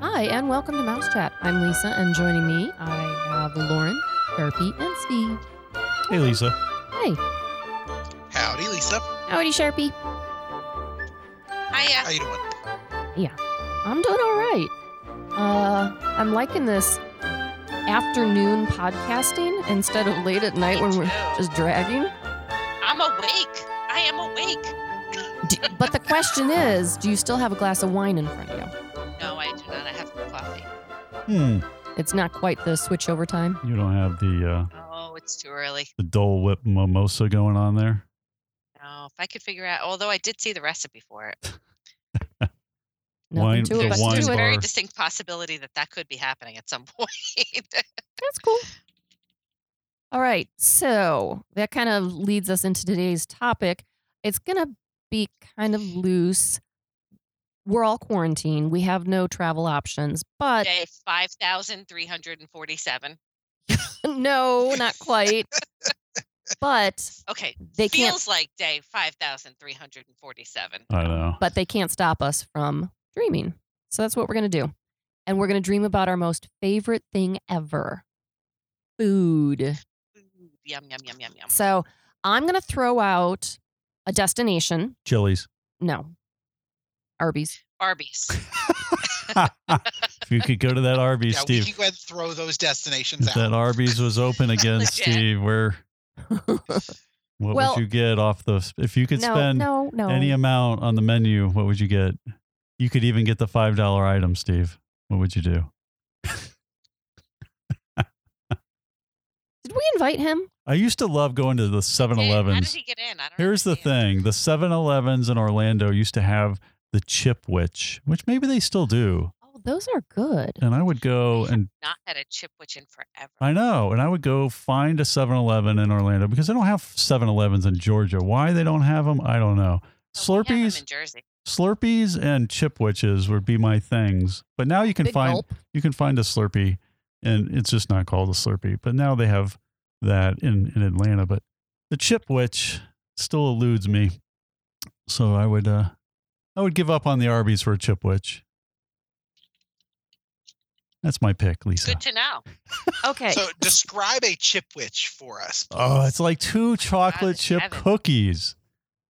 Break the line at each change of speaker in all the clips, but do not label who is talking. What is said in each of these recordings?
Hi, and welcome to Mouse Chat. I'm Lisa, and joining me, I have Lauren, Sharpie, and Steve.
Hey, Lisa.
Hey,
Howdy, Lisa.
howdy, Sharpie.
How
Hiya.
you doing?
I'm doing all right. Uh, I'm liking this afternoon podcasting instead of late at night when we're just dragging.
I'm awake. I am awake.
D- but the question is, do you still have a glass of wine in front of you?
No, I do not. I have some coffee.
Hmm.
It's not quite the switchover time.
You don't have the uh,
Oh, it's too early.
the Dole Whip mimosa going on there.
No, if I could figure out, although I did see the recipe for it,
Nothing
Wine-
to
the
it, but
there's,
wine
there's a very
bar.
distinct possibility that that could be happening at some point.
That's cool. All right. So that kind of leads us into today's topic. It's going to be kind of loose. We're all quarantined. We have no travel options, but
Day 5,347.
no, not quite. but
Okay.
they can't
Feels like day 5,347.
I know.
but they can't stop us from dreaming. So that's what we're going to do. And we're going to dream about our most favorite thing ever. Food.
Ooh, Yum, yum, yum, yum, yum.
So I'm going to throw out a destination.
Chili's.
No. Arby's.
Arby's.
if you could go to that Arby's,
yeah, we can
Steve.
go ahead and throw those destinations
If
out.
that Arby's was open again,
Legit.
Steve, where what
Well-
would you get off the? If you could
no,
spend
no, no.
any amount on the menu, what would you get? You could even get the five dollar item, Steve. What would you do?
Did we invite him?
I used to love going to the Seven
Hey, How did
Elevens.
he get in? I don't
Here's the
understand.
thing: the 7-Elevens in Orlando used to have the Chip Witch, which maybe they still do.
Oh, those are good.
And I would go
I have
and
Not had a chipwich in forever.
I know, and I would go find a 7-Eleven in Orlando because they don't have 7-Elevens in Georgia. Why they don't have them, I don't know.
Oh, we have 'em
Slurpees,
in Jersey.
Slurpees, and Chip Witches would be my things. But now you can
Big
find
gulp.
you can find a Slurpee, and it's just not called a Slurpee. But now they have that in, in Atlanta. But the Chip Witch still eludes me, so I would uh, I would give up on the Arby's for a Chip Witch. That's my pick, Lisa.
Good to know.
Okay.
So describe a chipwich for us.
Oh, it's like two chocolate
it's
chip
heaven.
cookies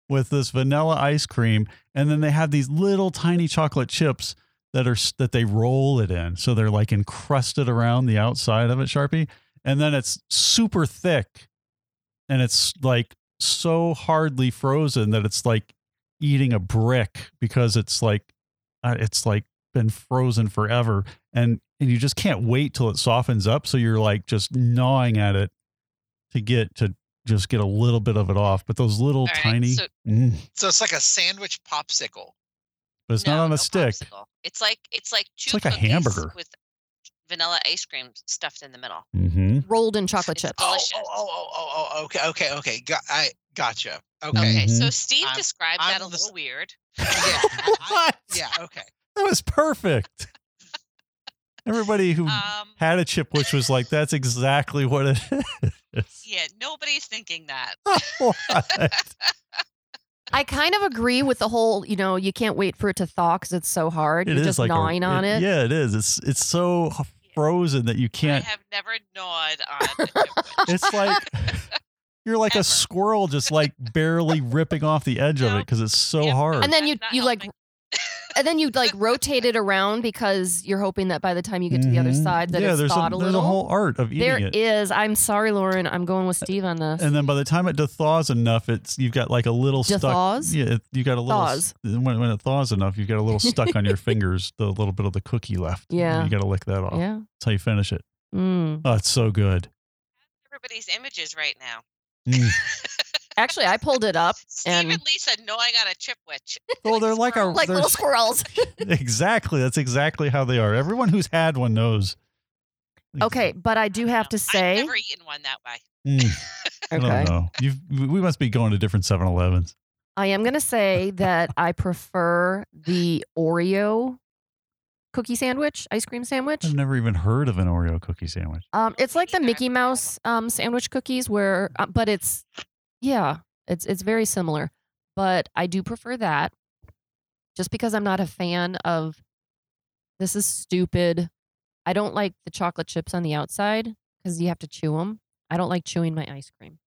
with this vanilla ice cream, and then they have these little tiny chocolate chips that are s- that they roll it in, so they're like encrusted around the outside of it, Sharpie, and then it's super thick, and it's like so hardly frozen that it's like eating a brick because it's like uh, it's like been frozen forever and and you just can't wait till it softens up so you're like just gnawing at it to get to just get a little bit of it off. But those little
All right,
tiny,
so-
mm,
So it's like a sandwich popsicle.
but it's
No,
not on
no
a stick.
popsicle. It's like it's like two
like a
cookies
hamburger.
with vanilla ice cream stuffed in the middle.
Mm-hmm.
Rolled in chocolate
It's
chips.
Oh,
Delicious.
oh, oh, oh, oh, oh, okay, okay, okay. Got, I gotcha. Okay.
Okay, so
Mhm.
Steve
I'm-
described
I'm
that a
the
little
s-
weird.
Yeah, I-
what?
yeah, okay.
That was perfect. Everybody who
Um,
had a chip which was like, that's exactly what it is.
yeah, nobody's thinking that.
What?
I kind of agree with the whole, you know, you can't wait for it to thaw because it's so hard.
It
You're
is
just
like a-
gnawing on it.
Yeah, it is. It's it's so frozen that you can't.
I have never gnawed on. a chipmunk.
It's like you're like a
Ever.
squirrel, just like barely ripping off the edge of it
No.
because it's so
Yep.
hard.
And then you
That's not
you like
helping.
and then you like rotate it around because you're hoping that by the time you get to the other
Mhm.
side that
yeah,
it's
there's
thawed
a,
a
there's
little.
a whole art of eating
There
it.
is. I'm sorry, Lauren. I'm going with Steve on this.
and then by the time it thaws enough, it's you've got like a little stuck.
Thaws?
Yeah, it- you got a little
Thaws.
When, when it thaws enough, you've got a little stuck on your fingers, the little bit of the cookie left.
Yeah.
you got to lick that off.
Yeah.
That's how you finish it.
Mm.
Oh, it's so good.
everybody's images right now.
Mm.
Actually, I pulled it up.
Steve
And-
and, Lisa gnawing on a chipwich.
Well, they're like a
Like little
there's-
squirrels.
exactly. That's exactly how they are. Everyone who's had one knows.
Okay, but I do have to say,
I've never eaten one that way.
Mm, I
okay,
don't know. You've, we must be going to different 7-Elevens.
I am going to say that I prefer the Oreo cookie sandwich, ice cream sandwich.
I've never even heard of an Oreo cookie sandwich.
Um, it's like the
Neither.
Mickey Mouse um, sandwich cookies, where, uh, but it's, yeah, it's it's very similar, but I do prefer that, just because I'm not a fan of This is stupid. I don't like the chocolate chips on the outside because you have to chew them. I don't like chewing my ice cream.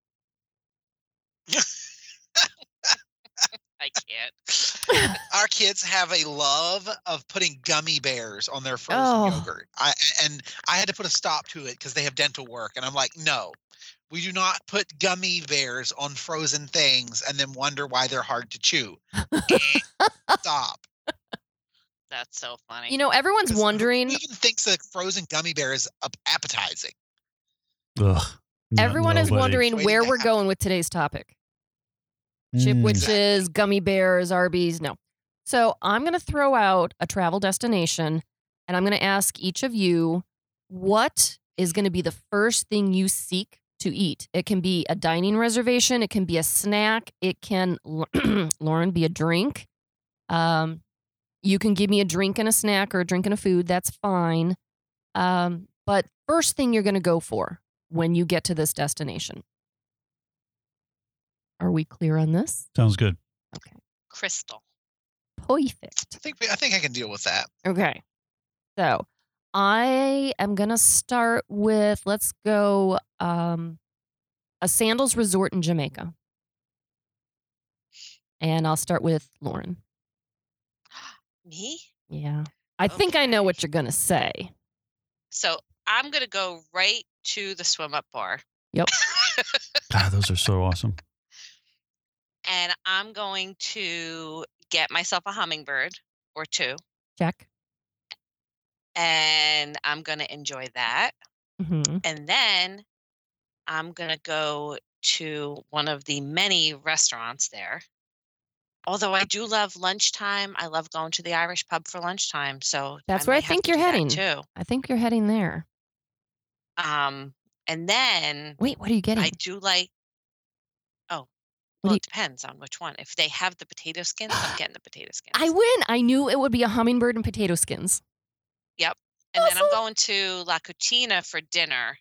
I can't.
Our kids have a love of putting gummy bears on their frozen
Oh.
yogurt. I and I had to put a stop to it because they have dental work, and I'm like, no, we do not put gummy bears on frozen things, and then wonder why they're hard to chew. stop.
That's so funny.
You know, everyone's
Because who
wondering.
Even thinks that frozen gummy bear is ap- appetizing.
Ugh, not
Everyone is
nobody.
wondering
Waiting
where
to
we're
happen.
going with today's topic. Chip
Mm.
witches, gummy bears, Arby's. No. So I'm going to throw out a travel destination and I'm going to ask each of you what is going to be the first thing you seek to eat? It can be a dining reservation, it can be a snack, it can, Lauren, be a drink. Um, you can give me a drink and a snack or a drink and a food. That's fine. Um, but first thing you're going to go for when you get to this destination. Are we clear on this?
Sounds good.
Crystal.
Perfect.
I think we- I think I can deal with that.
Okay. So I am going to start with let's go um, a Sandals Resort in Jamaica. And I'll start with Lauren.
Me?
Yeah. I think I know what you're going to say.
So I'm gonna go right to the swim up bar,
God, those are so awesome.
and I'm going to get myself a hummingbird or two,
Jack.
and I'm gonna enjoy that.
Mm-hmm.
And then I'm going to go to one of the many restaurants there. Although I do love lunchtime, I love going to the Irish pub for lunchtime. So
That's where I
might have
think
to
you're
do that
heading.
too.
I think you're heading there.
Um, and then
Wait, what are you getting?
I do like. Oh,
do
well,
you-
it depends on which one. If they have the potato skins, I'm getting the potato skins.
I win. I knew it would be a hummingbird and potato skins.
and then I'm
awesome.
going to La Cucina for dinner.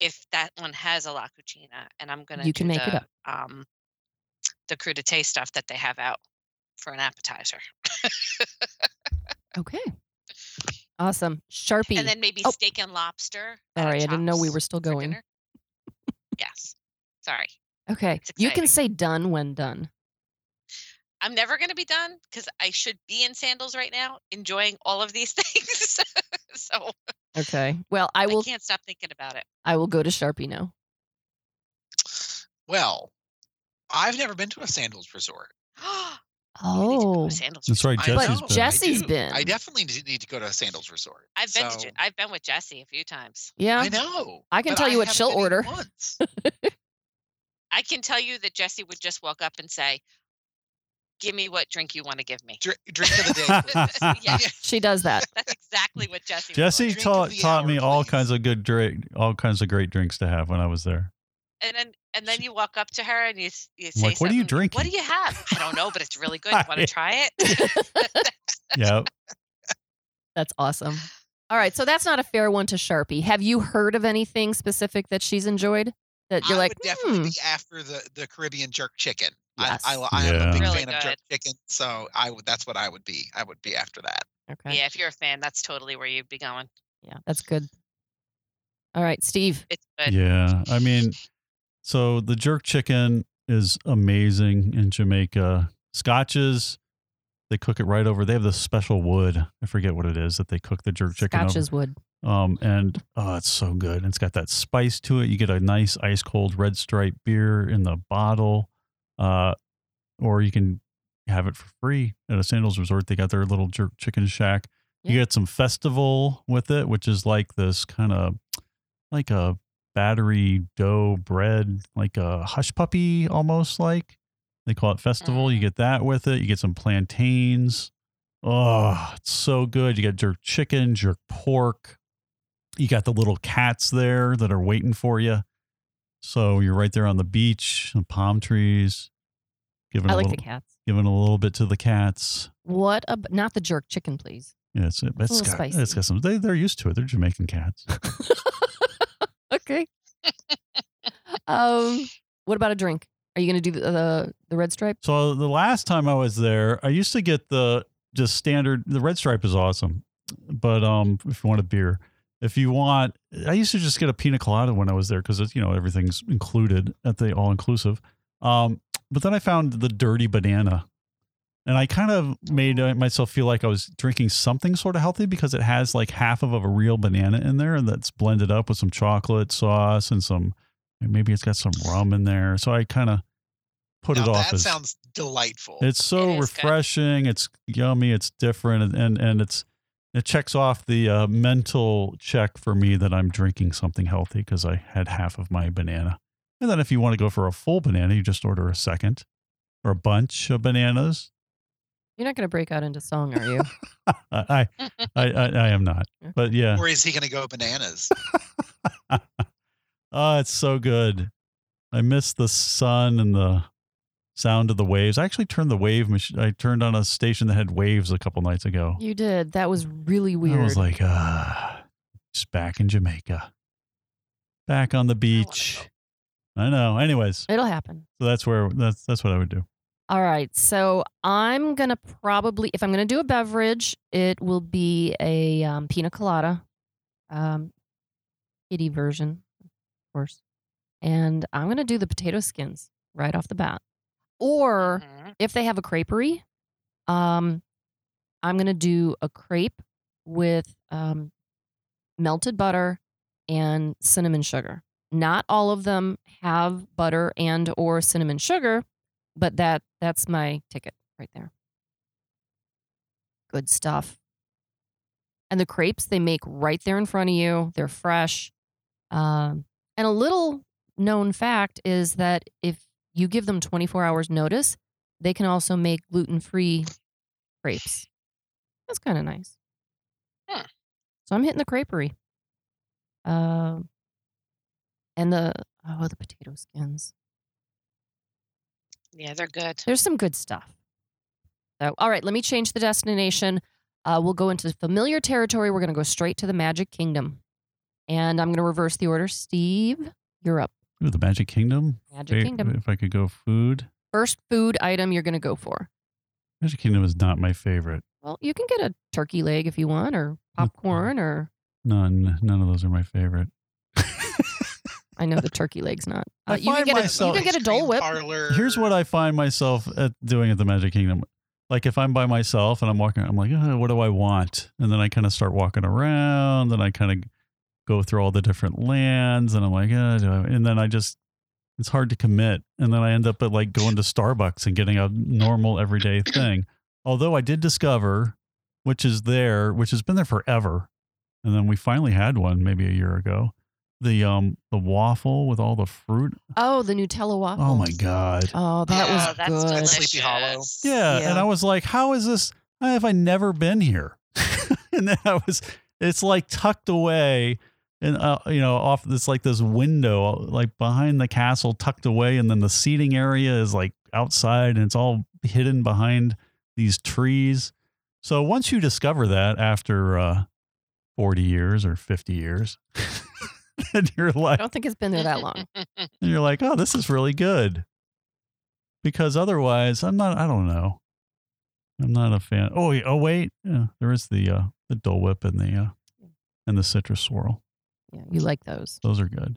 If that one has a La Cucina, and I'm gonna
You can
do
make it
the, Um, the crudité stuff that they have out for an appetizer,
Okay. Awesome. Sharpie.
and then maybe
Oh.
steak and lobster. out of
Sorry, I didn't know we
Chops
were still
for
going.
dinner. yes, sorry.
Okay.
It's
You can
exciting.
say done when done.
I'm never gonna be done because I should be in sandals right now, enjoying all of these things. so
Okay. Well, I
I,
will
can't stop thinking about it.
I will go to Sharpie now.
Well, I've never been to a sandals resort.
I need to go to
Oh.
a sandals
That's right,
I
Jesse's
know,
But
been.
I
Jesse's
do.
been.
I definitely do- need to go to a sandals resort.
I've been to,
So,
Ju- I've been with Jesse a few times.
Yeah.
I know.
I can
but
tell you what
haven't
she'll
been in
order.
months.
I can tell you that Jesse would just walk up and say, "Give me what drink you want to give me."
Dr- drink of the day.
yeah,
She does that.
that's exactly what Jesse. would
Jesse
order.
Drink of
taught
the
taught
hour,
me all
please.
kinds of good drink, all kinds of great drinks to have when I was there.
and then and then you walk up to her and you s- you
I'm
say,
like, "What do you
something,
drink?"
What do you have? I don't know, but it's really good. You want to try it?
Yeah,
That's awesome. All right, so that's not a fair one to Sharpie. Have you heard of anything specific that she's enjoyed that you're
I
like,
would definitely
"Hmm,
be after the, the Caribbean jerk chicken.
Yes.
I, I, I am
Yeah.
a big
Really
fan of jerk chicken, so I would that's what I would be. I would be after that.
okay.
Yeah, if you're a fan, that's totally where you'd be going.
yeah, that's good." All right, Steve.
It's good.
yeah. I mean, so the jerk chicken is amazing in Jamaica. Scotches, they cook it right over. They have this special wood. I forget what it is that they cook the jerk chicken over.
Scotches would.
Um, and oh, it's so good. And it's got that spice to it. You get a nice ice cold red stripe beer in the bottle, uh, or you can have it for free at a Sandals Resort. They got their little jerk chicken shack. You
Yeah.
get some festival with it, which is like this kind of like a battery dough bread, like a hush puppy almost like. They call it festival. You
Mm.
get that with it. You get some plantains. Oh, it's so good. You got jerk chicken, jerk pork. You got the little cats there that are waiting for you. So you're right there on the beach, the palm trees, giving
I
a
like
little
the cats.
giving a little bit to the cats.
What ab- not the jerk chicken, please.
Yeah, it's,
It's a
it's
little
got
spicy.
it's got some. They they're used to it. They're Jamaican cats.
Okay. um, what about a drink? Are you going to do the, the the red stripe?
So the last time I was there, I used to get the just standard. The red stripe is awesome. but um, if you want a beer, if you want, I used to just get a pina colada when I was there because you know everything's included at the all inclusive. Um, but then I found the dirty banana, and I kind of made uh, myself feel like I was drinking something sort of healthy because it has like half of a real banana in there, and that's blended up with some chocolate sauce and some maybe it's got some rum in there. So I kind of put
now
it off
that
as
sounds delightful.
it's so
It is good.
refreshing. It's yummy. It's different, and and, and it's it checks off the uh, mental check for me that I'm drinking something healthy because I had half of my banana. And then if you want to go for a full banana, you just order a second or a bunch of bananas.
You're not going to break out into song, are you?
I I I, I, I am not, but yeah,
or is he going to go bananas?
oh, it's so good. I miss the sun and the sound of the waves. I actually turned the wave machine. I turned on a station that had waves a couple nights ago.
you did. That was really weird.
I was like, ah, just back in Jamaica, back on the beach. I know. Anyways,
It'll happen.
so that's where that's that's what I would do.
All right. So I'm going to probably, if I'm going to do a beverage, it will be a um, pina colada, um, kitty version, of course. And I'm going to do the potato skins right off the bat. Or
Mhm.
if they have a creperie, um, I'm going to do a crepe with um, melted butter and cinnamon sugar. Not all of them have butter and or cinnamon sugar, but that that's my ticket right there. Good stuff. And the crepes they make right there in front of you. They're fresh. Um, and a little known fact is that if you give them 24 hours notice, they can also make gluten free crepes. That's kind of nice.
Hmm.
So I'm hitting the creperie. Um, and the oh the potato skins.
Yeah, they're good.
There's some good stuff. So all right, let me change the destination. Uh, we'll go into familiar territory. We're going to go straight to the Magic Kingdom, and I'm going to reverse the order. Steve, you're up.
Ooh, the Magic Kingdom.
Magic
If-
Kingdom.
If I could go food,
First food item you're going to go for.
Magic Kingdom is not my favorite.
Well, you can get a turkey leg if you want, or popcorn, or
None. None of those are my favorite.
I know the turkey leg's not.
I
Uh, you
find
can get a, you
myself-
can get a
Ice
Dole
cream
Whip.
Parlor.
Here's what I find myself at doing at the Magic Kingdom. Like if I'm by myself and I'm walking, I'm like, "Uh, what do I want? And then I kind of start walking around, and I kind of go through all the different lands, and I'm like, uh, do I? and then I just, it's hard to commit, and then I end up at like going to Starbucks and getting a normal everyday thing. Although I did discover, which is there, which has been there forever, and then we finally had one maybe a year ago, the um the waffle with all the fruit.
Oh, the Nutella waffle.
Oh my god.
Oh, that
Yeah,
was
that's
good.
That's Sleepy Hollow.
delicious.
Yeah,
Yeah.
and I was like, "How is this? How have I never been here?" and then I was, it's like tucked away, and uh, you know, off it's like this window, like behind the castle, tucked away, and then the seating area is like outside, and it's all hidden behind these trees. So once you discover that after uh, forty years or fifty years, then you're
I
like,
don't think it's been there that long.
and you're like, oh, this is really good. Because otherwise, I'm not. I don't know. I'm not a fan. Oh, wait, oh wait, yeah, there is the uh, the Dole Whip and the uh, and the citrus swirl.
Yeah, you like those.
Those are good.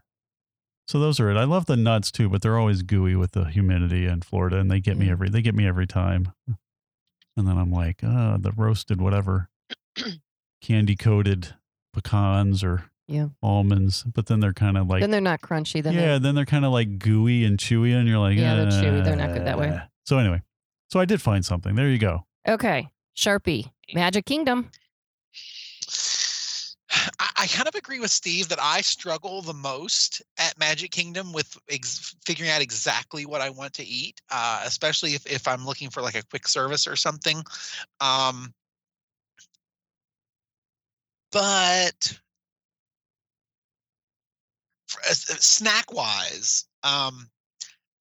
So those are it. I love the nuts too, but they're always gooey with the humidity in Florida, and they get me
Mm.
every they get me every time. And then I'm like, uh, the roasted whatever, candy coated pecans or
Yeah.
almonds, but then they're kind of like
then they're not crunchy. Then
yeah,
yeah.
then they're kind of like gooey and chewy, and you're like,
Yeah, they're chewy. They're not good that way.
"Uh." So anyway, so I did find something. There you go.
Okay. Sharpie. Magic Kingdom.
I, I kind of agree with Steve that I struggle the most at Magic Kingdom with ex- figuring out exactly what I want to eat, uh, especially if, if I'm looking for like a quick service or something. Um, but for- uh, s- uh, snack wise, um,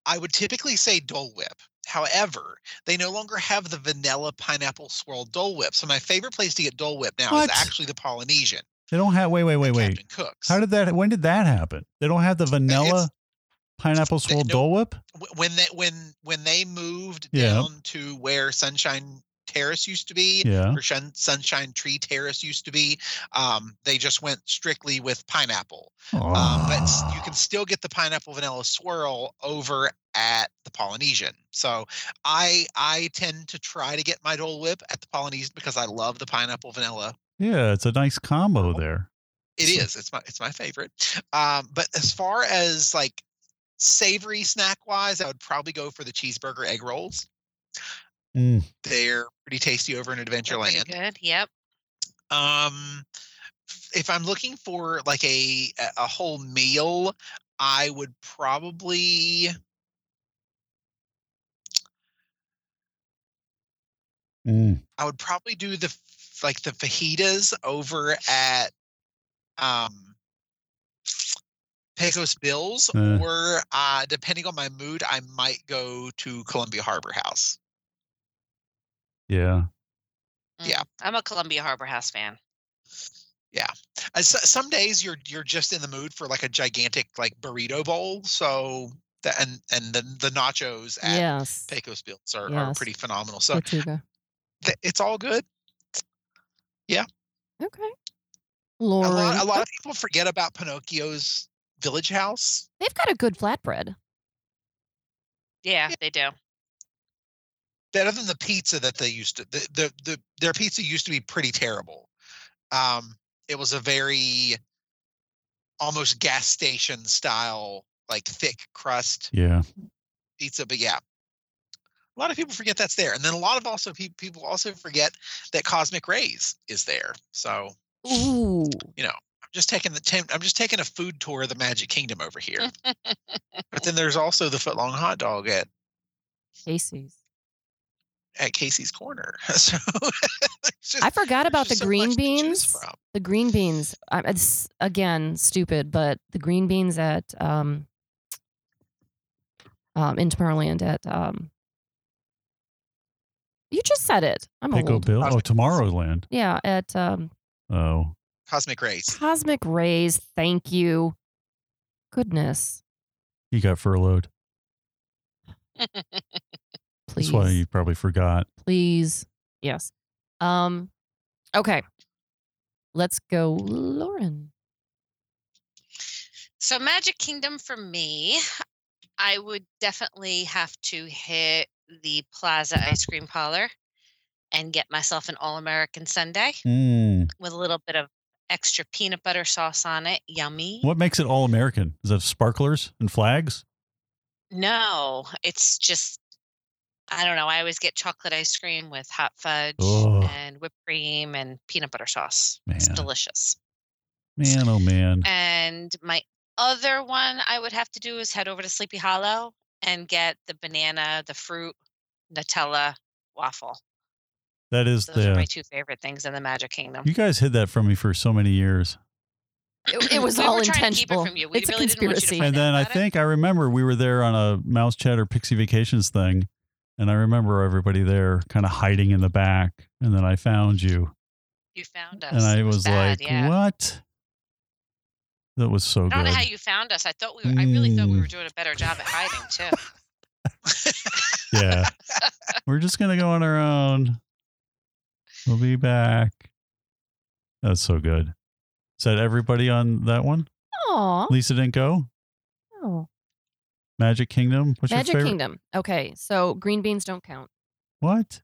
I would typically say Dole Whip. However, they no longer have the vanilla pineapple swirl Dole Whip. So my favorite place to get Dole Whip now is
What?
actually the Polynesian.
They don't have. Wait, wait, wait,
at
wait.
Captain Cook's.
How did that? When did that happen? They don't have the vanilla pineapple swirl
no.
Dole Whip.
Wh- when they when when they moved
Yeah.
down to where Sunshine Terrace used to be,
Yeah.
or Shun- Sunshine Tree Terrace used to be. Um, they just went strictly with pineapple. Um, but s-
Ah.
you can still get the pineapple vanilla swirl over at the Polynesian. So I I tend to try to get my Dole Whip at the Polynesian because I love the pineapple vanilla.
yeah, it's a nice
Oh.
combo there.
It is. It's my it's my favorite. Um, but as far as like savory snack wise, I would probably go for the cheeseburger egg rolls.
Mm.
They're pretty tasty over in
They're pretty
Adventureland.
Good. Yep.
Um, if I'm looking for like a a whole meal, I would probably
Mm.
I would probably do the f- like the fajitas over at um Pecos Bills,
Uh.
or uh, depending on my mood, I might go to Columbia Harbor House.
Yeah.
Mm. I'm a Columbia Harbor House fan.
Uh, so, some days you're you're just in the mood for like a gigantic like burrito bowl. So the, and and the the nachos at
yes.
Pecos Bills are, are
Yes.
pretty phenomenal. So
Tortuga.
th- it's all good.
Okay.
A
Lori.
lot, a lot of people forget about Pinocchio's Village House.
They've got a good flatbread.
Yeah,
Yeah.
they do.
better than the pizza that they used to the the, the their pizza used to be pretty terrible um it was a very almost gas station style like thick crust
Yeah.
pizza but yeah a lot of people forget that's there and then a lot of also pe- people also forget that cosmic rays is there so
Ooh.
i'm just taking the temp- i'm just taking a food tour of the magic kingdom over here but then there's also the footlong hot dog at
Casey's.
at casey's corner so it's just-
I forgot
there's
about the
just so
green
much to choose
beans.
from.
The green beans. I- It's again stupid, but the green beans at um, um in Tomorrowland at um. You just said it. I'm
Pico
old.
Bill. Oh, Tomorrowland.
Yeah, at um,
Oh.
cosmic rays
Cosmic Rays. Thank you. Goodness,
He got furloughed.
please.
That's why you probably forgot.
please. Yes. Um okay. Let's go Lauren.
So Magic Kingdom for me, I would definitely have to hit the Plaza Ice Cream Parlor and get myself an All American Sundae
Mm.
with a little bit of extra peanut butter sauce on it. Yummy.
What makes it all American? Is it sparklers and flags?
No, it's just I don't know. I always get chocolate ice cream with hot fudge
Ugh.
and whipped cream and peanut butter sauce. It's
Man.
delicious.
Man, oh man.
And my other one I would have to do is head over to Sleepy Hollow and get the banana, the fruit, Nutella waffle.
That is
Those are my
the.
two favorite things in the Magic Kingdom.
You guys hid that from me for so many years.
It, it was
We were
all
trying to keep it
intentional.
from you. We
it's
really
a
didn't want you to
conspiracy.
find
and then I
about it?
think I remember we were there on a Mouse Chat or Pixie Vacations thing, and I remember everybody there kind of hiding in the back, and then I found you,
You found us.
and I
It
was,
bad,
like, "What?" That was so
I don't
good.
know how you found us. I thought we were, I really thought we
Mm.
were doing a better job at hiding too.
yeah, we're just gonna go on our own. We'll be back. That's so good. Is that everybody on that one?
Aw.
Lisa didn't go.
Oh.
Magic Kingdom. What's your
Magic
favorite?
Kingdom. Okay, so green beans don't count.
What?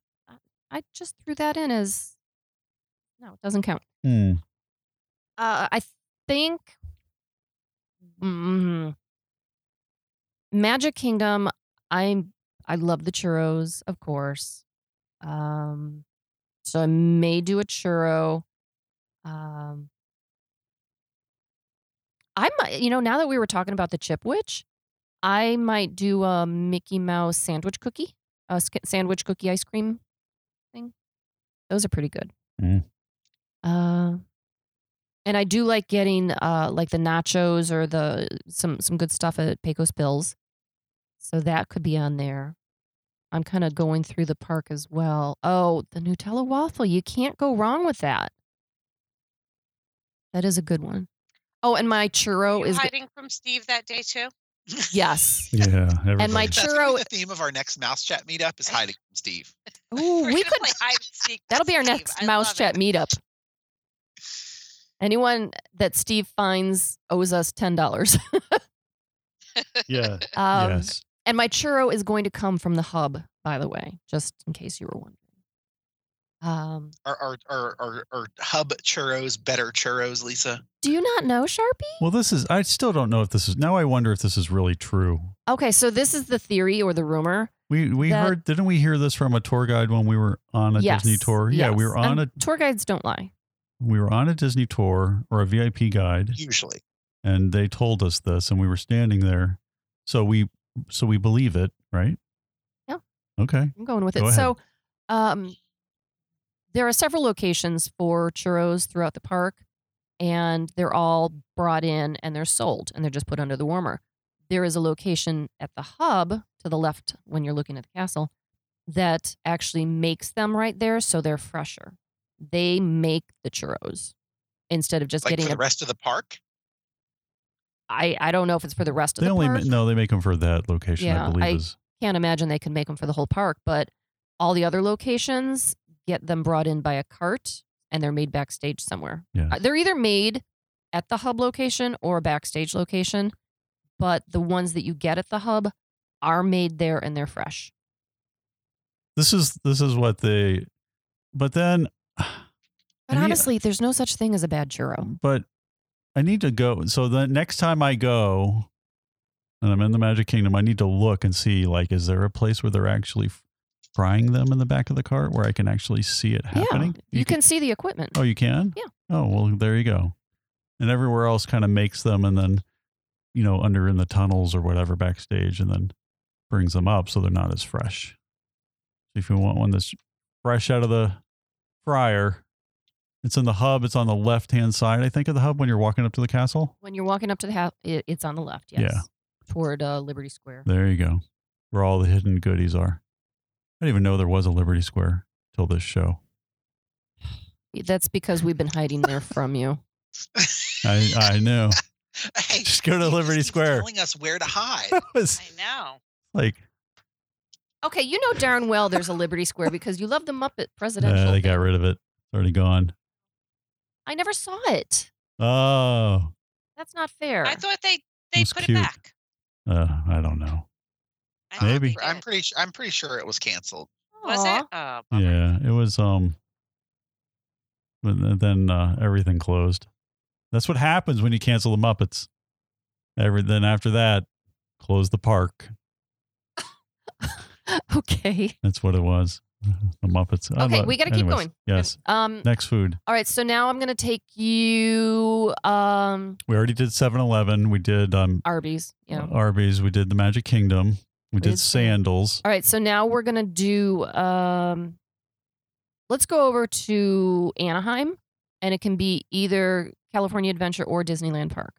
I just threw that in as no, it doesn't count.
Hmm.
Uh, I think mm, Magic Kingdom. I I love the churros, of course. Um, so I may do a churro. Um, I might, you know, now that we were talking about the chip witch, I might do a Mickey Mouse sandwich cookie, a sk- sandwich cookie ice cream thing. Those are pretty good.
Mm.
Uh, and I do like getting uh like the nachos or the some some good stuff at Pecos Bills. So that could be on there. I'm kind of going through the park as well. Oh, the Nutella waffle. You can't go wrong with that. That is a good one. Oh, and my
Were
churro
you
is
hiding from Steve that day too?
yes.
Yeah. Everybody.
my
That's gonna be
churro-
the theme of our next mouse chat meetup is hiding from Steve.
Ooh,
We're
we
gonna
could.
play hide and seek with
That'll be our
Steve.
next
I
mouse
love
chat
it.
meetup. Anyone that Steve finds owes us ten dollars.
Yeah.
Um,
yes.
And my churro is going to come from the hub, by the way, just in case you were wondering. Um,
Are are are are, are hub churros better churros, Lisa?
do you not know Sharpie?
Well, this is. I still don't know if this is. Now I wonder if this is really true.
Okay, so this is the theory or the rumor.
We we
That-
heard. Didn't we hear this from a tour guide when we were on a Disney
Yes,
tour? Yeah, we
yes. Um,
were on
And
a
tour guides don't lie.
we were on a Disney tour or a VIP guide,
Usually.
and they told us this, and we were standing there, so we so we believe it, right?
Yeah.
Okay.
I'm going with it.
Go ahead.
So, um, there are several locations for churros throughout the park, and they're all brought in and they're sold and they're just put under the warmer. There is a location at the hub to the left when you're looking at the castle that actually makes them right there, so they're fresher. They make the churros instead of just
Like
getting
for the
them.
rest of the park?
I I don't know if it's for the rest of
They
the
only
park.
ma- no, they make them for that location, I
Yeah,
believe.
I-
is
can't imagine they could make them for the whole park, but all the other locations get them brought in by a cart and they're made backstage somewhere.
Yeah.
Uh, They're either made at the hub location or a backstage location, but the ones that you get at the hub are made there and they're fresh.
this is this is what they. But then,
But
And the-
honestly, there's no such thing as a bad churro.
but I need to go. So the next time I go, and I'm in the Magic Kingdom, I need to look and see like, is there a place where they're actually frying them in the back of the cart where I can actually see it happening?
Yeah. You, can, see the equipment.
Oh, you can.
Yeah.
Oh well, there you go. And everywhere else kind of makes them, and then you know under in the tunnels or whatever backstage, and then brings them up so they're not as fresh. If you want one that's fresh out of the fryer, it's in the hub. It's on the left hand side, I think, of the hub when you're walking up to the castle.
When you're walking up to the house, it, it's on the left. Yes.
Yeah.
Toward uh, Liberty Square.
There you go, where all the hidden goodies are. I didn't even know there was a Liberty Square till this show.
That's because we've been hiding there from you.
I I knew.
Hey,
Just go to
he
Liberty
keeps
Square.
Telling us where to hide.
That was
I know.
like
Okay, you know darn well there's a Liberty Square because you love the Muppet presidential.
uh, they
thing.
got rid of it. It's already gone.
I never saw it.
Oh,
That's not fair.
I thought they they
That's
put
cute.
it back.
uh, I don't know.
I thought
Maybe.
they
I'm
did.
pretty su- I'm pretty sure it was canceled.
Was
Aw.
it? Oh, bummer.
Yeah, it was. Um, but th- then uh, everything closed. That's what happens when you cancel the Muppets. Every then after that, close the park.
Okay.
That's what it was. The Muppets. I
Okay,
love-
we got to keep
anyways,
going.
Yes.
Um.
Next food.
All right. So now I'm gonna take you um
We already did 7-Eleven. We did um,
Arby's. Yeah.
Arby's. We did the Magic Kingdom. We did
did
Sandals.
All right. So now we're gonna do um. Let's go over to Anaheim, and it can be either California Adventure or Disneyland Park,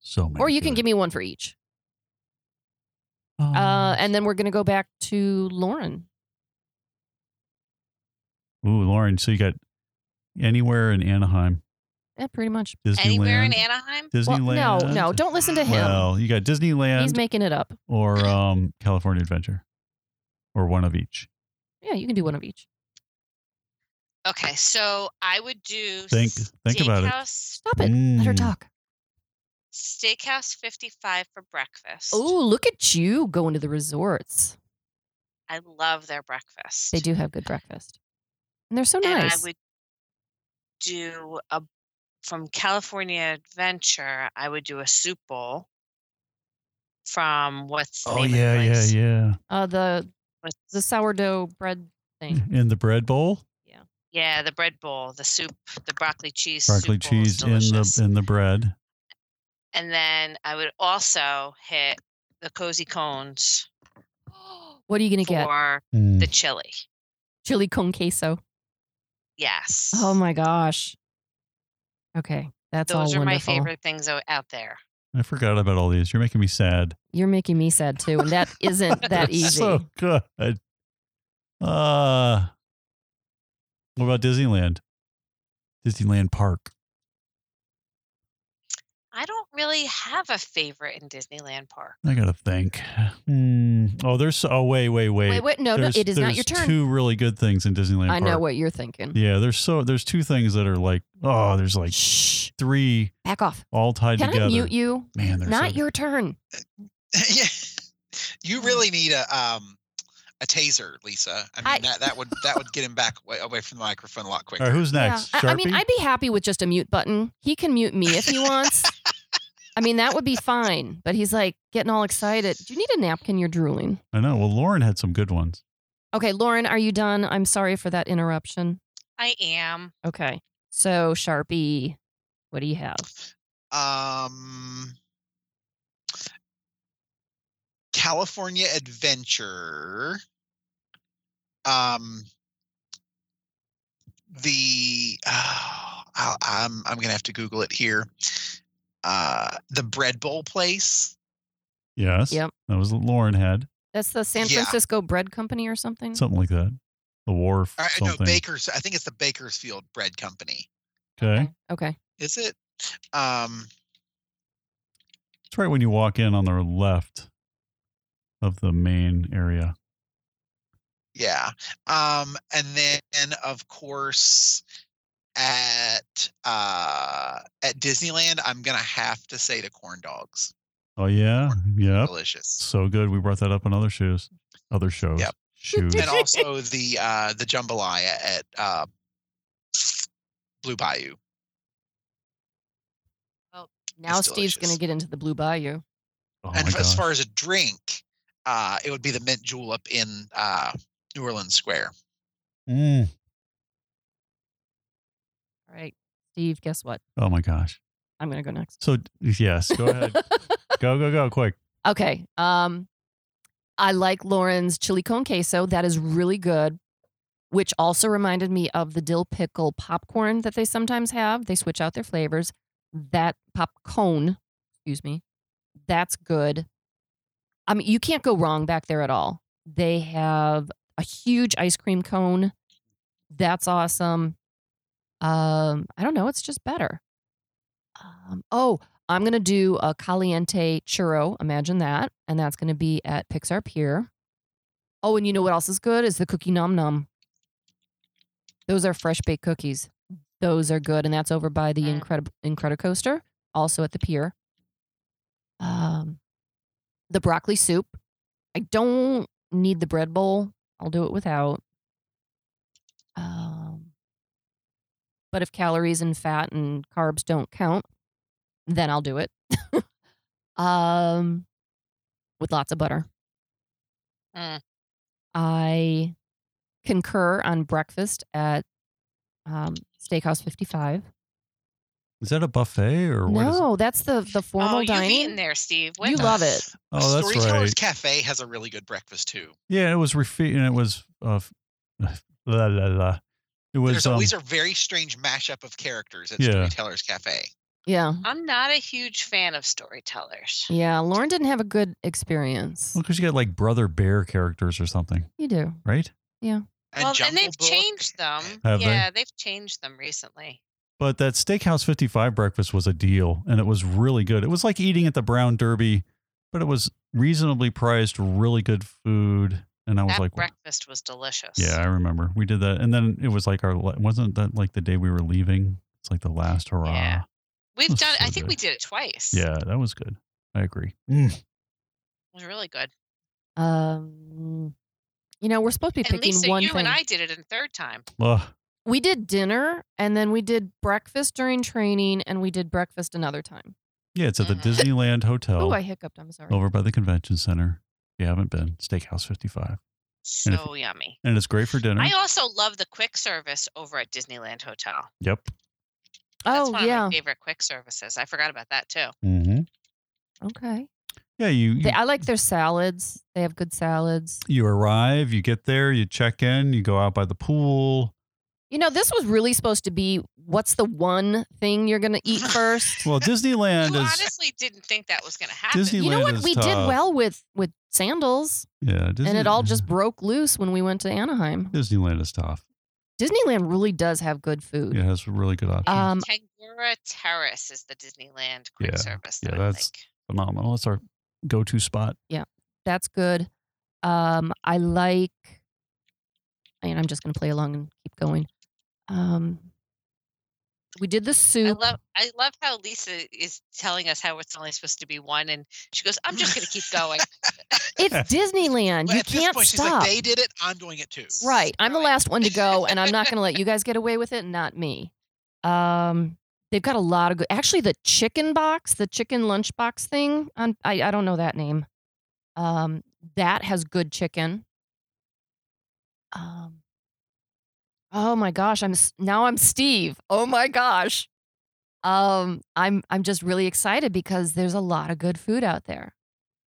So many.
or you can give me one for each.
Oh,
Uh, and then we're gonna go back to Lauren.
Ooh, Lauren. So you got anywhere in Anaheim,
Yeah, pretty much.
Disneyland,
Anywhere in Anaheim?
Well,
Disneyland.
no, no, don't listen to him.
Well, you got
He's
Disneyland
making it up.
or um, California Adventure, or one of each.
Yeah, you can do one of each.
Okay, so I would do
Think- think about it.
Steakhouse-
Stop it. Let her
Mm.
talk.
Steakhouse 55 for breakfast.
Oh, look at you going to the resorts.
I love their breakfast.
They do have good breakfast. And they're so
And
nice.
I would do a from California Adventure. I would do a soup bowl from what's the
Oh
name
yeah,
of the
yeah,
place?
yeah.
uh, the
What's-
the sourdough bread thing.
In the bread bowl,
yeah, the bread bowl, the soup, the broccoli cheese,
broccoli
soup bowl is
cheese in the
delicious.
in the bread.
and then I would also hit the cozy cones
what are you going to get?
for
Mm.
the chili.
Chili con queso.
Yes.
Oh my gosh. Okay, that's all
Those are
wonderful.
my favorite things o- out there.
I forgot about all these. You're making me sad.
You're making me sad too, and that isn't that
They're
easy.
So good. Uh, what about Disneyland? Disneyland Park.
I don't really have a favorite in Disneyland Park.
I gotta think. Hmm. Oh, there's. Oh, wait, wait, wait.
Wait, wait, no, no,
There's-
it is not your
there's
turn.
Two really good things in Disneyland.
I know
Park.
what you're thinking.
Yeah, there's so there's two things that are like oh, there's like
Shh,
three
back off.
all tied
Can
together.
I mute you?
Man, there's
Not your turn.
yeah. You really need a um a taser, Lisa. I mean
I-
that, that would that would get him back away, away from the microphone a lot quicker.
All right, who's next?
Yeah.
Sharpie.
I, I mean, I'd be happy with just a mute button. He can mute me if he wants. I mean, that would be fine. But he's like getting all excited. Do you need a napkin? You're drooling.
I know. Well, Lauren had some good ones.
Okay, Lauren, are you done? I'm sorry for that interruption.
I am.
Okay. So, Sharpie, what do you have?
um California Adventure. Um the oh, I'll, I'm I'm gonna have to Google it here. Uh the bread bowl place.
Yes.
Yep.
That was what Lauren had
That's the San
Yeah.
Francisco Bread Company or something?
something like that. The wharf.
Or, no,
something.
Baker's I think it's the Bakersfield Bread Company.
okay.
okay.
Is it? Um
It's right when you walk in on the left of the main area.
Yeah. Um, and then of course at uh at Disneyland, I'm gonna have to say the corn dogs.
Oh yeah. Yep.
Delicious.
So good. We brought that up on other shoes. Other shows.
Yep.
Shoes.
And also the uh the jambalaya at uh Blue Bayou.
Now
It's
Steve's going
delicious.
to get into the Blue Bayou.
Oh
and
my
f- as
gosh.
far as a drink, uh it would be the mint julep in uh New Orleans Square.
Mm.
All right. Steve, guess what?
Oh my gosh.
I'm going to go next.
So yes, go ahead. go go go quick.
Okay. Um, I like Lauren's chili con queso. That is really good, which also reminded me of the dill pickle popcorn that they sometimes have. They switch out their flavors. That pop cone, excuse me, that's good. I mean, you can't go wrong back there at all. They have a huge ice cream cone. That's awesome. Um, I don't know. It's just better. Um, oh, I'm going to do a caliente churro. Imagine that. And that's going to be at Pixar Pier. Oh, and you know what else is good? Is the cookie nom nom. Those are fresh baked cookies. Those are good. And that's over by the
Mm.
Incredible Incredicoaster, also at the pier. Um, the broccoli soup. I don't need the bread bowl. I'll do it without. Um, but if calories and fat and carbs don't count, then I'll do it. um, with lots of butter.
Mm.
I concur on breakfast at um, Steakhouse 55.
Is that a buffet or what is it?
No, that's the the formal
oh,
dining.
you've eaten there, Steve. What?
You love it.
Oh, that's
Storytellers
right.
Cafe has a really good breakfast too.
Yeah, it was refi- and it was uh, f- la, la, la. It was
There's
um,
always a very strange mashup of characters at
Yeah.
Storytellers Cafe.
Yeah.
I'm not a huge fan of storytellers.
Yeah. Lauren didn't have a good experience.
Mm.
because you got like brother bear characters or something,
You do.
right?
And,
well, and
Jungle
they've
Book.
changed them.
Have they?
yeah, they? have changed them recently.
But that Steakhouse 55 breakfast was a deal and it was really good. It was like eating at the Brown Derby, but it was reasonably priced, really good food. And I was
That
like,
breakfast was delicious.
yeah, I remember. We did that. And then it was like our, la- wasn't that like the day we were leaving? It's like the last hurrah.
Yeah. We've
That's
done.
so
I think we
good.
did it twice.
Yeah, that was good. I agree. Mm.
it was really good.
Um, you know, we're supposed to be
And
picking
Lisa,
one
you
thing.
and I did it in third time.
Ugh.
we did dinner and then we did breakfast during training and we did breakfast another time.
Yeah, it's at the
Mhm.
Disneyland Hotel
Mm-hmm. Oh, I hiccuped. I'm sorry.
over by the convention center. If you haven't been, Steakhouse 55. And if-
So yummy.
And it's great for dinner.
I also love the quick service over at Disneyland Hotel.
yep.
That's
oh,
one
yeah.
of my favorite quick services. I forgot about that too.
Mm-hmm.
Okay.
Yeah, you, you
They, I like their salads. They have good salads.
you arrive, you get there, you check in, you go out by the pool.
You know, this was really supposed to be what's the one thing you're going to eat first?
Well, Disneyland
you
is
honestly didn't think that was going to happen.
Disney-
you know
Disneyland
what?
is
We did
tough.
well with with sandals
yeah, Disney,
and it all just broke loose when we went to Anaheim.
Disneyland is tough.
Disneyland really does have good food.
It has really good options.
Um,
Tangora Terrace is the Disneyland quick
Yeah.
service that
Yeah,
I
that's-
like.
Phenomenal. It's our go-to spot.
that's good. Um, I like, and I'm just gonna play along and keep going. Um, we did the
I
soup.
love I love how Lisa is telling us how it's only supposed to be one and she goes, I'm just gonna keep going.
it's Disneyland.
But
you
at this
can't
point, she's
stop.
like, they did it. I'm doing it too.
right. I'm the
Right.
last one to go, and I'm not gonna let you guys get away with it. Not me. Um, they've got a lot of good. Actually, the chicken box, the chicken lunch box thing. On I, I don't know that name. Um, that has good chicken. Um. Oh my gosh, I'm s- now I'm Steve. Oh my gosh. Um I'm I'm just really excited because there's a lot of good food out there.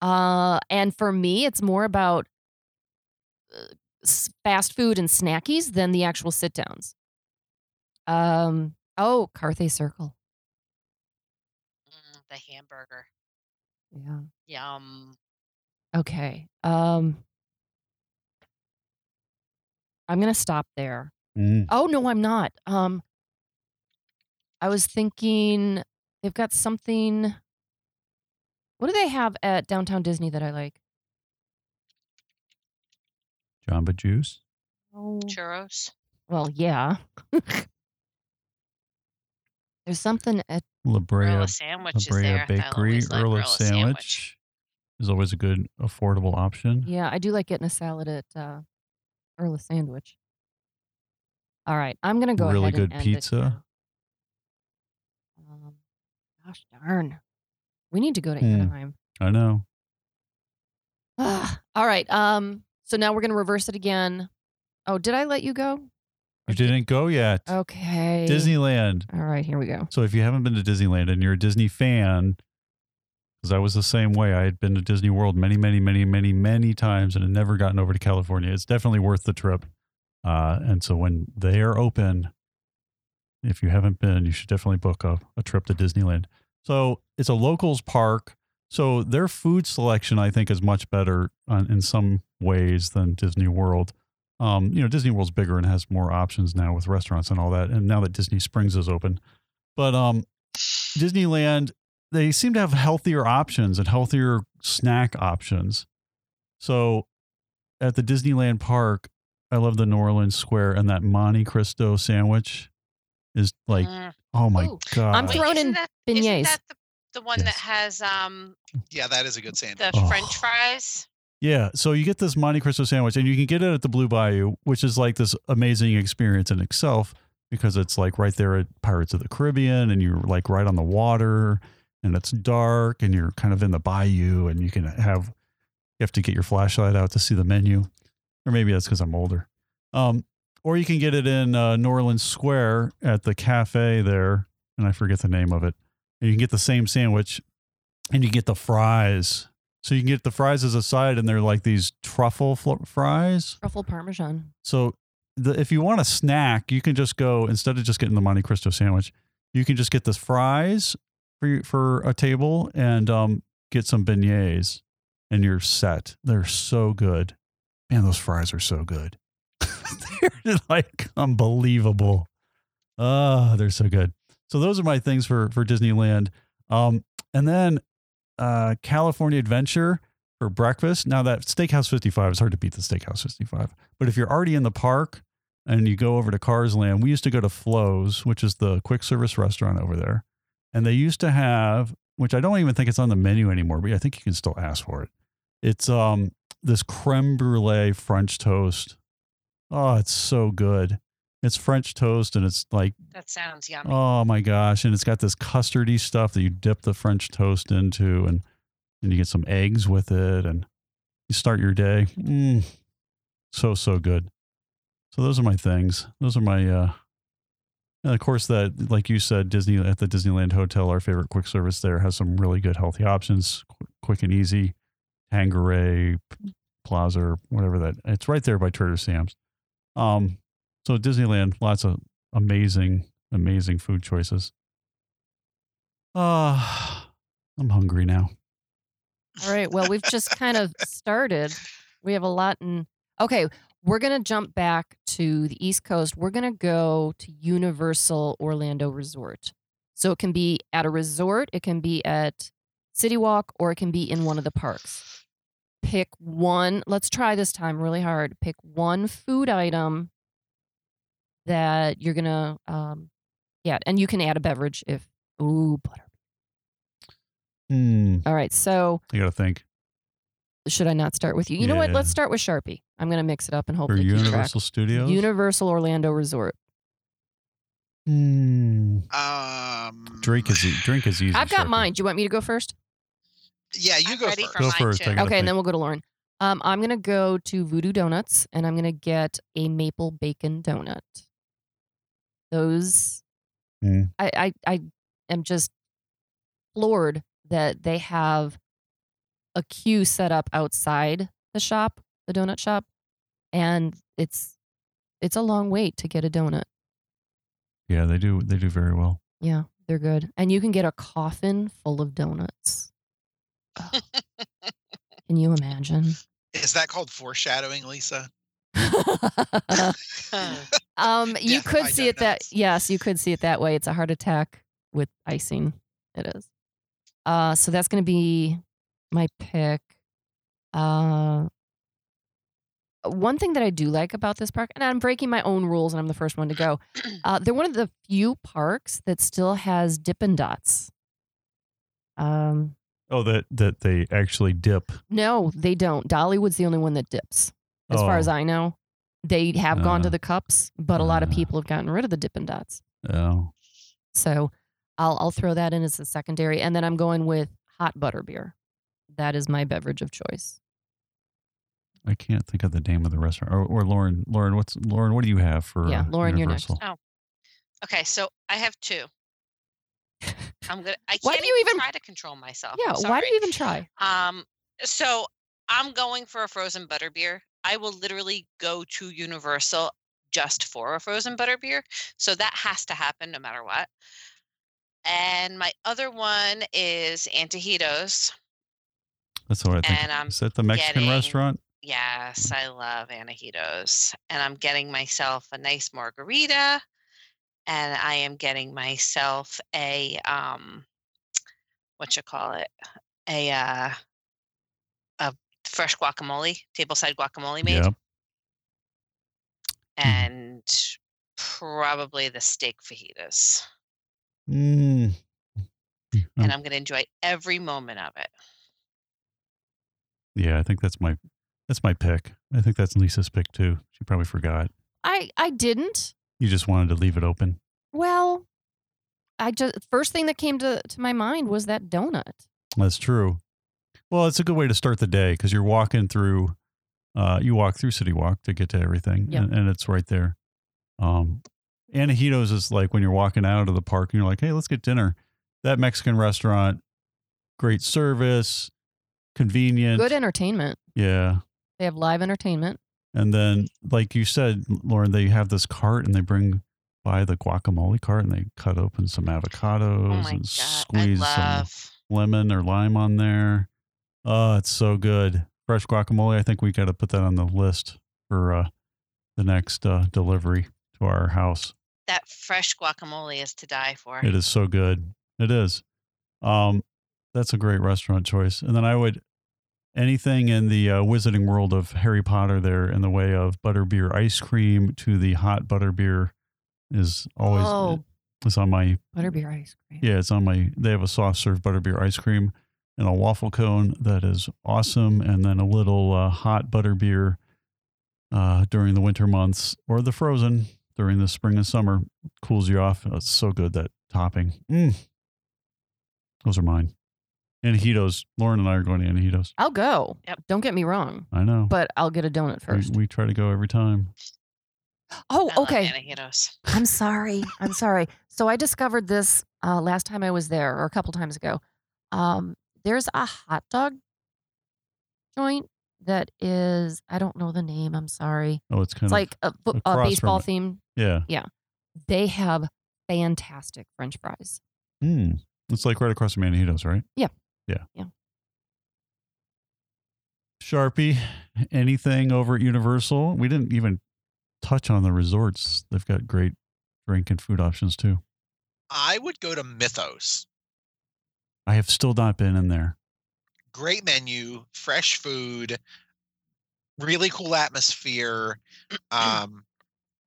Uh and for me it's more about uh, s- fast food and snackies than the actual sit downs. Um oh, Carthay Circle.
Mm, the hamburger.
Yeah.
Yum.
Okay. Um I'm going to stop there.
Mm.
Oh no, I'm not. Um, I was thinking they've got something. What do they have at Downtown Disney that I like?
Jamba Juice.
Oh,
Churros.
Well, yeah. There's something at
La Brea,
Gorilla
La
sandwich is
Brea
there. I
Bakery.
always like
Earl
Gorilla
of Sandwich is always a good affordable option.
yeah, I do like getting a salad at uh, Earl of Sandwich. All right, I'm gonna go
Really
ahead and
good
end it
pizza.
now. Um, gosh darn, we need to go to
Hmm.
Anaheim.
I know.
Ah, all right. Um. So now we're gonna reverse it again. Oh, did I let you go?
You didn't go yet.
Oh,
Okay.
Disneyland.
All right. Here we go.
So if you haven't been to Disneyland and you're a Disney fan, because I was the same way, I had been to Disney World many, many, many, many, many times and had never gotten over to California. It's definitely worth the trip. Uh, and so when they are open, if you haven't been, you should definitely book a, a trip to Disneyland. So it's a locals park. So their food selection, I think, is much better on, in some ways than Disney World. Um, you know, Disney World's bigger and has more options now with restaurants and all that. And now that Disney Springs is open, but um, Disneyland, they seem to have healthier options and healthier snack options. So at the Disneyland park, I love the New Orleans Square and that Monte Cristo sandwich is like,
Mm.
oh my
Ooh,
God.
I'm
Wait,
throwing
isn't
in
that,
Beignets.
Isn't that the, the one that
Yes.
has um
Yeah, that is a good
the
sandwich.
Oh.
French fries?
Yeah, so you get this Monte Cristo sandwich, and you can get it at the Blue Bayou, which is like this amazing experience in itself because it's like right there at Pirates of the Caribbean, and you're like right on the water, and it's dark, and you're kind of in the bayou, and you can have you have to get your flashlight out to see the menu, or maybe that's because I'm older. Um, or you can get it in uh, New Orleans Square at the cafe there, and I forget the name of it. And you can get the same sandwich, and you get the fries. So you can get the fries as a side, and they're like these truffle fl- fries.
Truffle Parmesan.
So the, if you want a snack, you can just go instead of just getting the Monte Cristo sandwich, you can just get the fries for you- for a table and um, get some beignets, and you're set. They're so good, man. Those fries are so good. they're like unbelievable. Ah, they're so good. So those are my things for for Disneyland. Um, and then uh, California Adventure for breakfast. Now that Steakhouse 55 is hard to beat the Steakhouse 55. But if you're already in the park and you go over to Cars Land, we used to go to Flo's, which is the quick service restaurant over there. And they used to have, which I don't even think it's on the menu anymore, but I think you can still ask for it. It's um this creme brulee French toast. Oh, it's so good. It's French toast and it's like
That sounds yummy.
Oh my gosh! And it's got this custardy stuff that you dip the French toast into, and and you get some eggs with it, and you start your day. Mm, so so good. So those are my things. Those are my. uh And of course, that like you said, Disney at the Disneyland Hotel, our favorite quick service there has some really good healthy options, qu- quick and easy. Tangeray P- Plaza, or whatever that. It's right there by Trader Sam's. Um, so Disneyland, lots of amazing amazing food choices. Ah, I'm hungry now.
All right. Well, we've just kind of started. We have a lot in. Okay. We're going to jump back to the East Coast. We're going to go to Universal Orlando Resort. So it can be at a resort, it can be at City Walk, or it can be in one of the parks. Pick one. Let's try this time really hard. Pick one food item that you're going to, um, yeah, and you can add a beverage if, ooh, butter.
Hmm.
All right. So
I got to think.
should I not start with you? You know what?
Yeah.
Let's start with Sharpie. I'm going to mix it up and
Or
hopefully keep track.
Universal Studios.
Universal Orlando Resort.
Hmm.
Um,
Drink is e- drink is easy.
I've got
Sharpie.
mine. Do you want me to go first?
Yeah, you
I'm
go
ready
first.
for
Go
mine
first.
too.
I gotta
Okay, and
think.
then we'll go to Lauren. Um, I'm going to go to Voodoo Donuts and I'm going to get a maple bacon donut. Those,
Hmm.
I, I, I am just floored that they have a queue set up outside the shop, the donut shop, and it's it's a long wait to get a donut.
Yeah, they do. They do very well.
Yeah, they're good. And you can get a coffin full of donuts. Ugh. can you imagine?
Is that called foreshadowing, Lisa?
um, you
Death
could
by
see it that
donuts.
yes, you could see it that way. It's a heart attack with icing. It is. Uh, so that's going to be my pick. Uh, one thing that I do like about this park, and I'm breaking my own rules, and I'm the first one to go. Uh, they're one of the few parks that still has Dippin' Dots. Um,
Oh, that that they actually dip.
No, they don't. Dollywood's the only one that dips, as far
Mm. Oh.
as I know. They have gone to
Uh,
the cups, but a lot of
uh.
people have gotten rid of the Dippin' Dots.
Oh,
So I'll I'll throw that in as a secondary, and then I'm going with hot butter beer. That is my beverage of choice.
I can't think of the name of the restaurant. Or, or Lauren, Lauren, what's Lauren? What do you have for?
Yeah,
uh,
Lauren, you're next.
Universal?
Oh. Okay, so I have two. I'm gonna. I
Why do
can't
you even-
try to control myself.
Yeah,
I'm
why do
Oh, sorry.
you even try?
Um, so I'm going for a frozen butterbeer. I will literally go to Universal just for a frozen butterbeer. So that has to happen no matter what. And my other one is Antojitos.
That's what I think.
And I'm
Is that the Mexican
getting-
restaurant?
Yes, I love Antojitos. And I'm getting myself a nice margarita and I am getting myself a um what you call it? A uh a fresh guacamole, tableside guacamole made
Yep. Mm-hmm.
and probably the steak fajitas.
Mm. Um,
And I'm going to enjoy every moment of it.
yeah, I think that's my that's my pick. I think that's Lisa's pick too. She probably forgot.
I I didn't.
You just wanted to leave it open.
Well, I just first thing that came to to my mind was that donut.
That's true. Well, it's a good way to start the day because you're walking through. Uh, you walk through City Walk to get to everything,
Yep.
and, and it's right there. Um, Antojitos is like when you're walking out of the park and you're like, "Hey, let's get dinner." That Mexican restaurant, great service, convenient.
Good entertainment.
yeah,
They have live entertainment.
and then
Mm.
like you said, Lauren, they have this cart and they bring by the guacamole cart and they cut open some avocados
Oh my
and
god, I
squeeze some
love.
lemon or lime on there. Oh, it's so good. Fresh guacamole. I think we got to put that on the list for uh, the next uh, delivery to our house.
That fresh guacamole is to die for.
It is so good. It is. Um, that's a great restaurant choice. And then I would anything in the uh, Wizarding World of Harry Potter there in the way of butterbeer ice cream to the hot butterbeer is always
oh,
is on my
butterbeer ice cream.
Yeah, it's on my. They have a soft serve butterbeer ice cream and a waffle cone that is awesome, and then a little uh, hot butterbeer uh, during the winter months or the frozen during the spring and summer cools you off. Oh, it's so good that topping. Mm. Those are mine. Antojitos. Lauren and I are going to Antojitos.
I'll go.
Yep.
Don't get me wrong,
I know.
but I'll get a donut
We-
first.
We, try to go every time.
oh,
I love
okay.
Antojitos.
I'm sorry. I'm sorry. So I discovered this uh, last time I was there, or a couple times ago. Um, there's a hot dog joint that is I don't know the name. I'm sorry.
Oh, it's kind
It's
of
like a, fo- a
across
baseball
from
theme.
yeah.
They have fantastic French fries.
Mm. It's like right across from Antojitos, right?
Yeah.
Yeah.
Yeah.
Sharpie, anything over at Universal. We didn't even touch on the resorts. They've got great drink and food options too.
I would go to Mythos.
I have still not been in there.
Great menu, fresh food, really cool atmosphere. Um,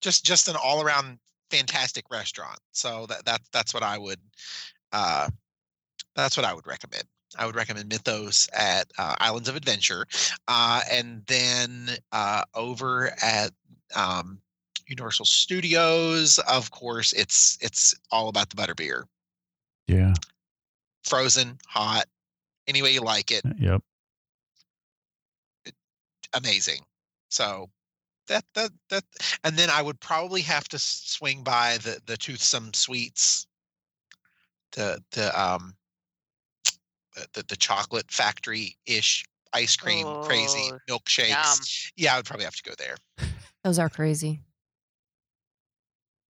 just just an all around fantastic restaurant. So that that that's what I would uh, that's what I would recommend. I would recommend Mythos at uh, Islands of Adventure, uh, and then uh, over at um, Universal Studios, of course, it's it's all about the butterbeer,
Yeah.
frozen, hot, any way you like it,
Uh, Yep.
amazing. So that that that, and then I would probably have to s- swing by the the Toothsome Sweets, the the um the- the, the chocolate factory ish ice cream crazy
Oh,
milkshakes.
yum.
Yeah, I would probably have to go there.
Those are crazy.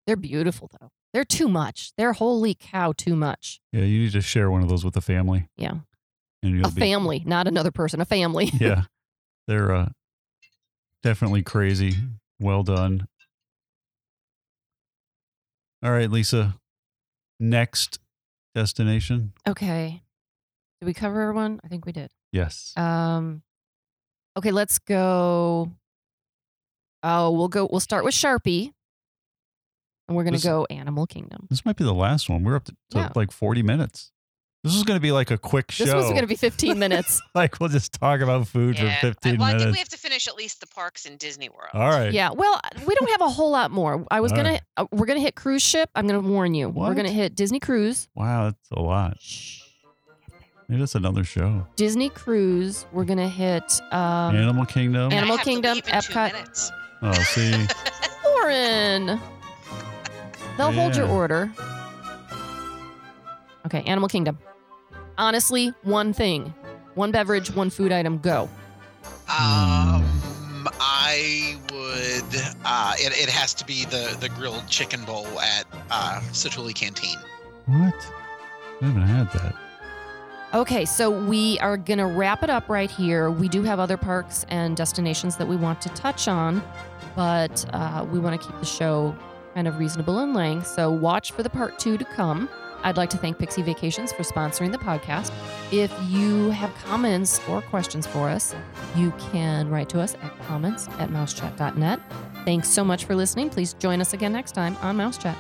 They're beautiful though. They're too much. They're holy cow too much.
Yeah. You need to share one of those with the family.
Yeah.
And you'll
a family, not another person, a family.
yeah. They're uh, definitely crazy. Well done. All right, Lisa. Next destination.
Okay. Did we cover everyone? I think we did.
Yes.
Um Okay, let's go. Oh, we'll go we'll start with Sharpie. And we're going to
This-
go Animal Kingdom.
This might be the last one. We're up to, to
Yeah.
like 40 minutes. This is going to be like a quick show.
This was going to be 15 minutes.
like we'll just talk about food
Yeah.
for
I,
15
well, I think we
minutes.
have to finish at least the parks in Disney World.
All right.
Yeah. Well, we don't have a whole lot more. I was
All
going
right.
to uh, we're going to hit cruise ship. I'm going to warn you. We're
What?
going to hit Disney cruise.
Wow, that's a lot. Maybe that's another show.
Disney cruise. We're going to hit um
Animal Kingdom.
I
Animal
have to
Kingdom,
leave in two
Epcot.
minutes.
oh, see.
Lauren. They'll hold your
Yeah.
order. Okay, Animal Kingdom. Honestly, one thing. One beverage, one food item, go.
Hmm.
Um, I would. Uh, it, it has to be the the grilled chicken bowl at uh, Satuli Canteen.
what? I haven't had that.
Okay, so we are going to wrap it up right here. We do have other parks and destinations that we want to touch on, but uh, we want to keep the show kind of reasonable in length. So watch for the part two to come. I'd like to thank Pixie Vacations for sponsoring the podcast. If you have comments or questions for us, you can write to us at comments at mousechat.net. Thanks so much for listening. Please join us again next time on Mousechat.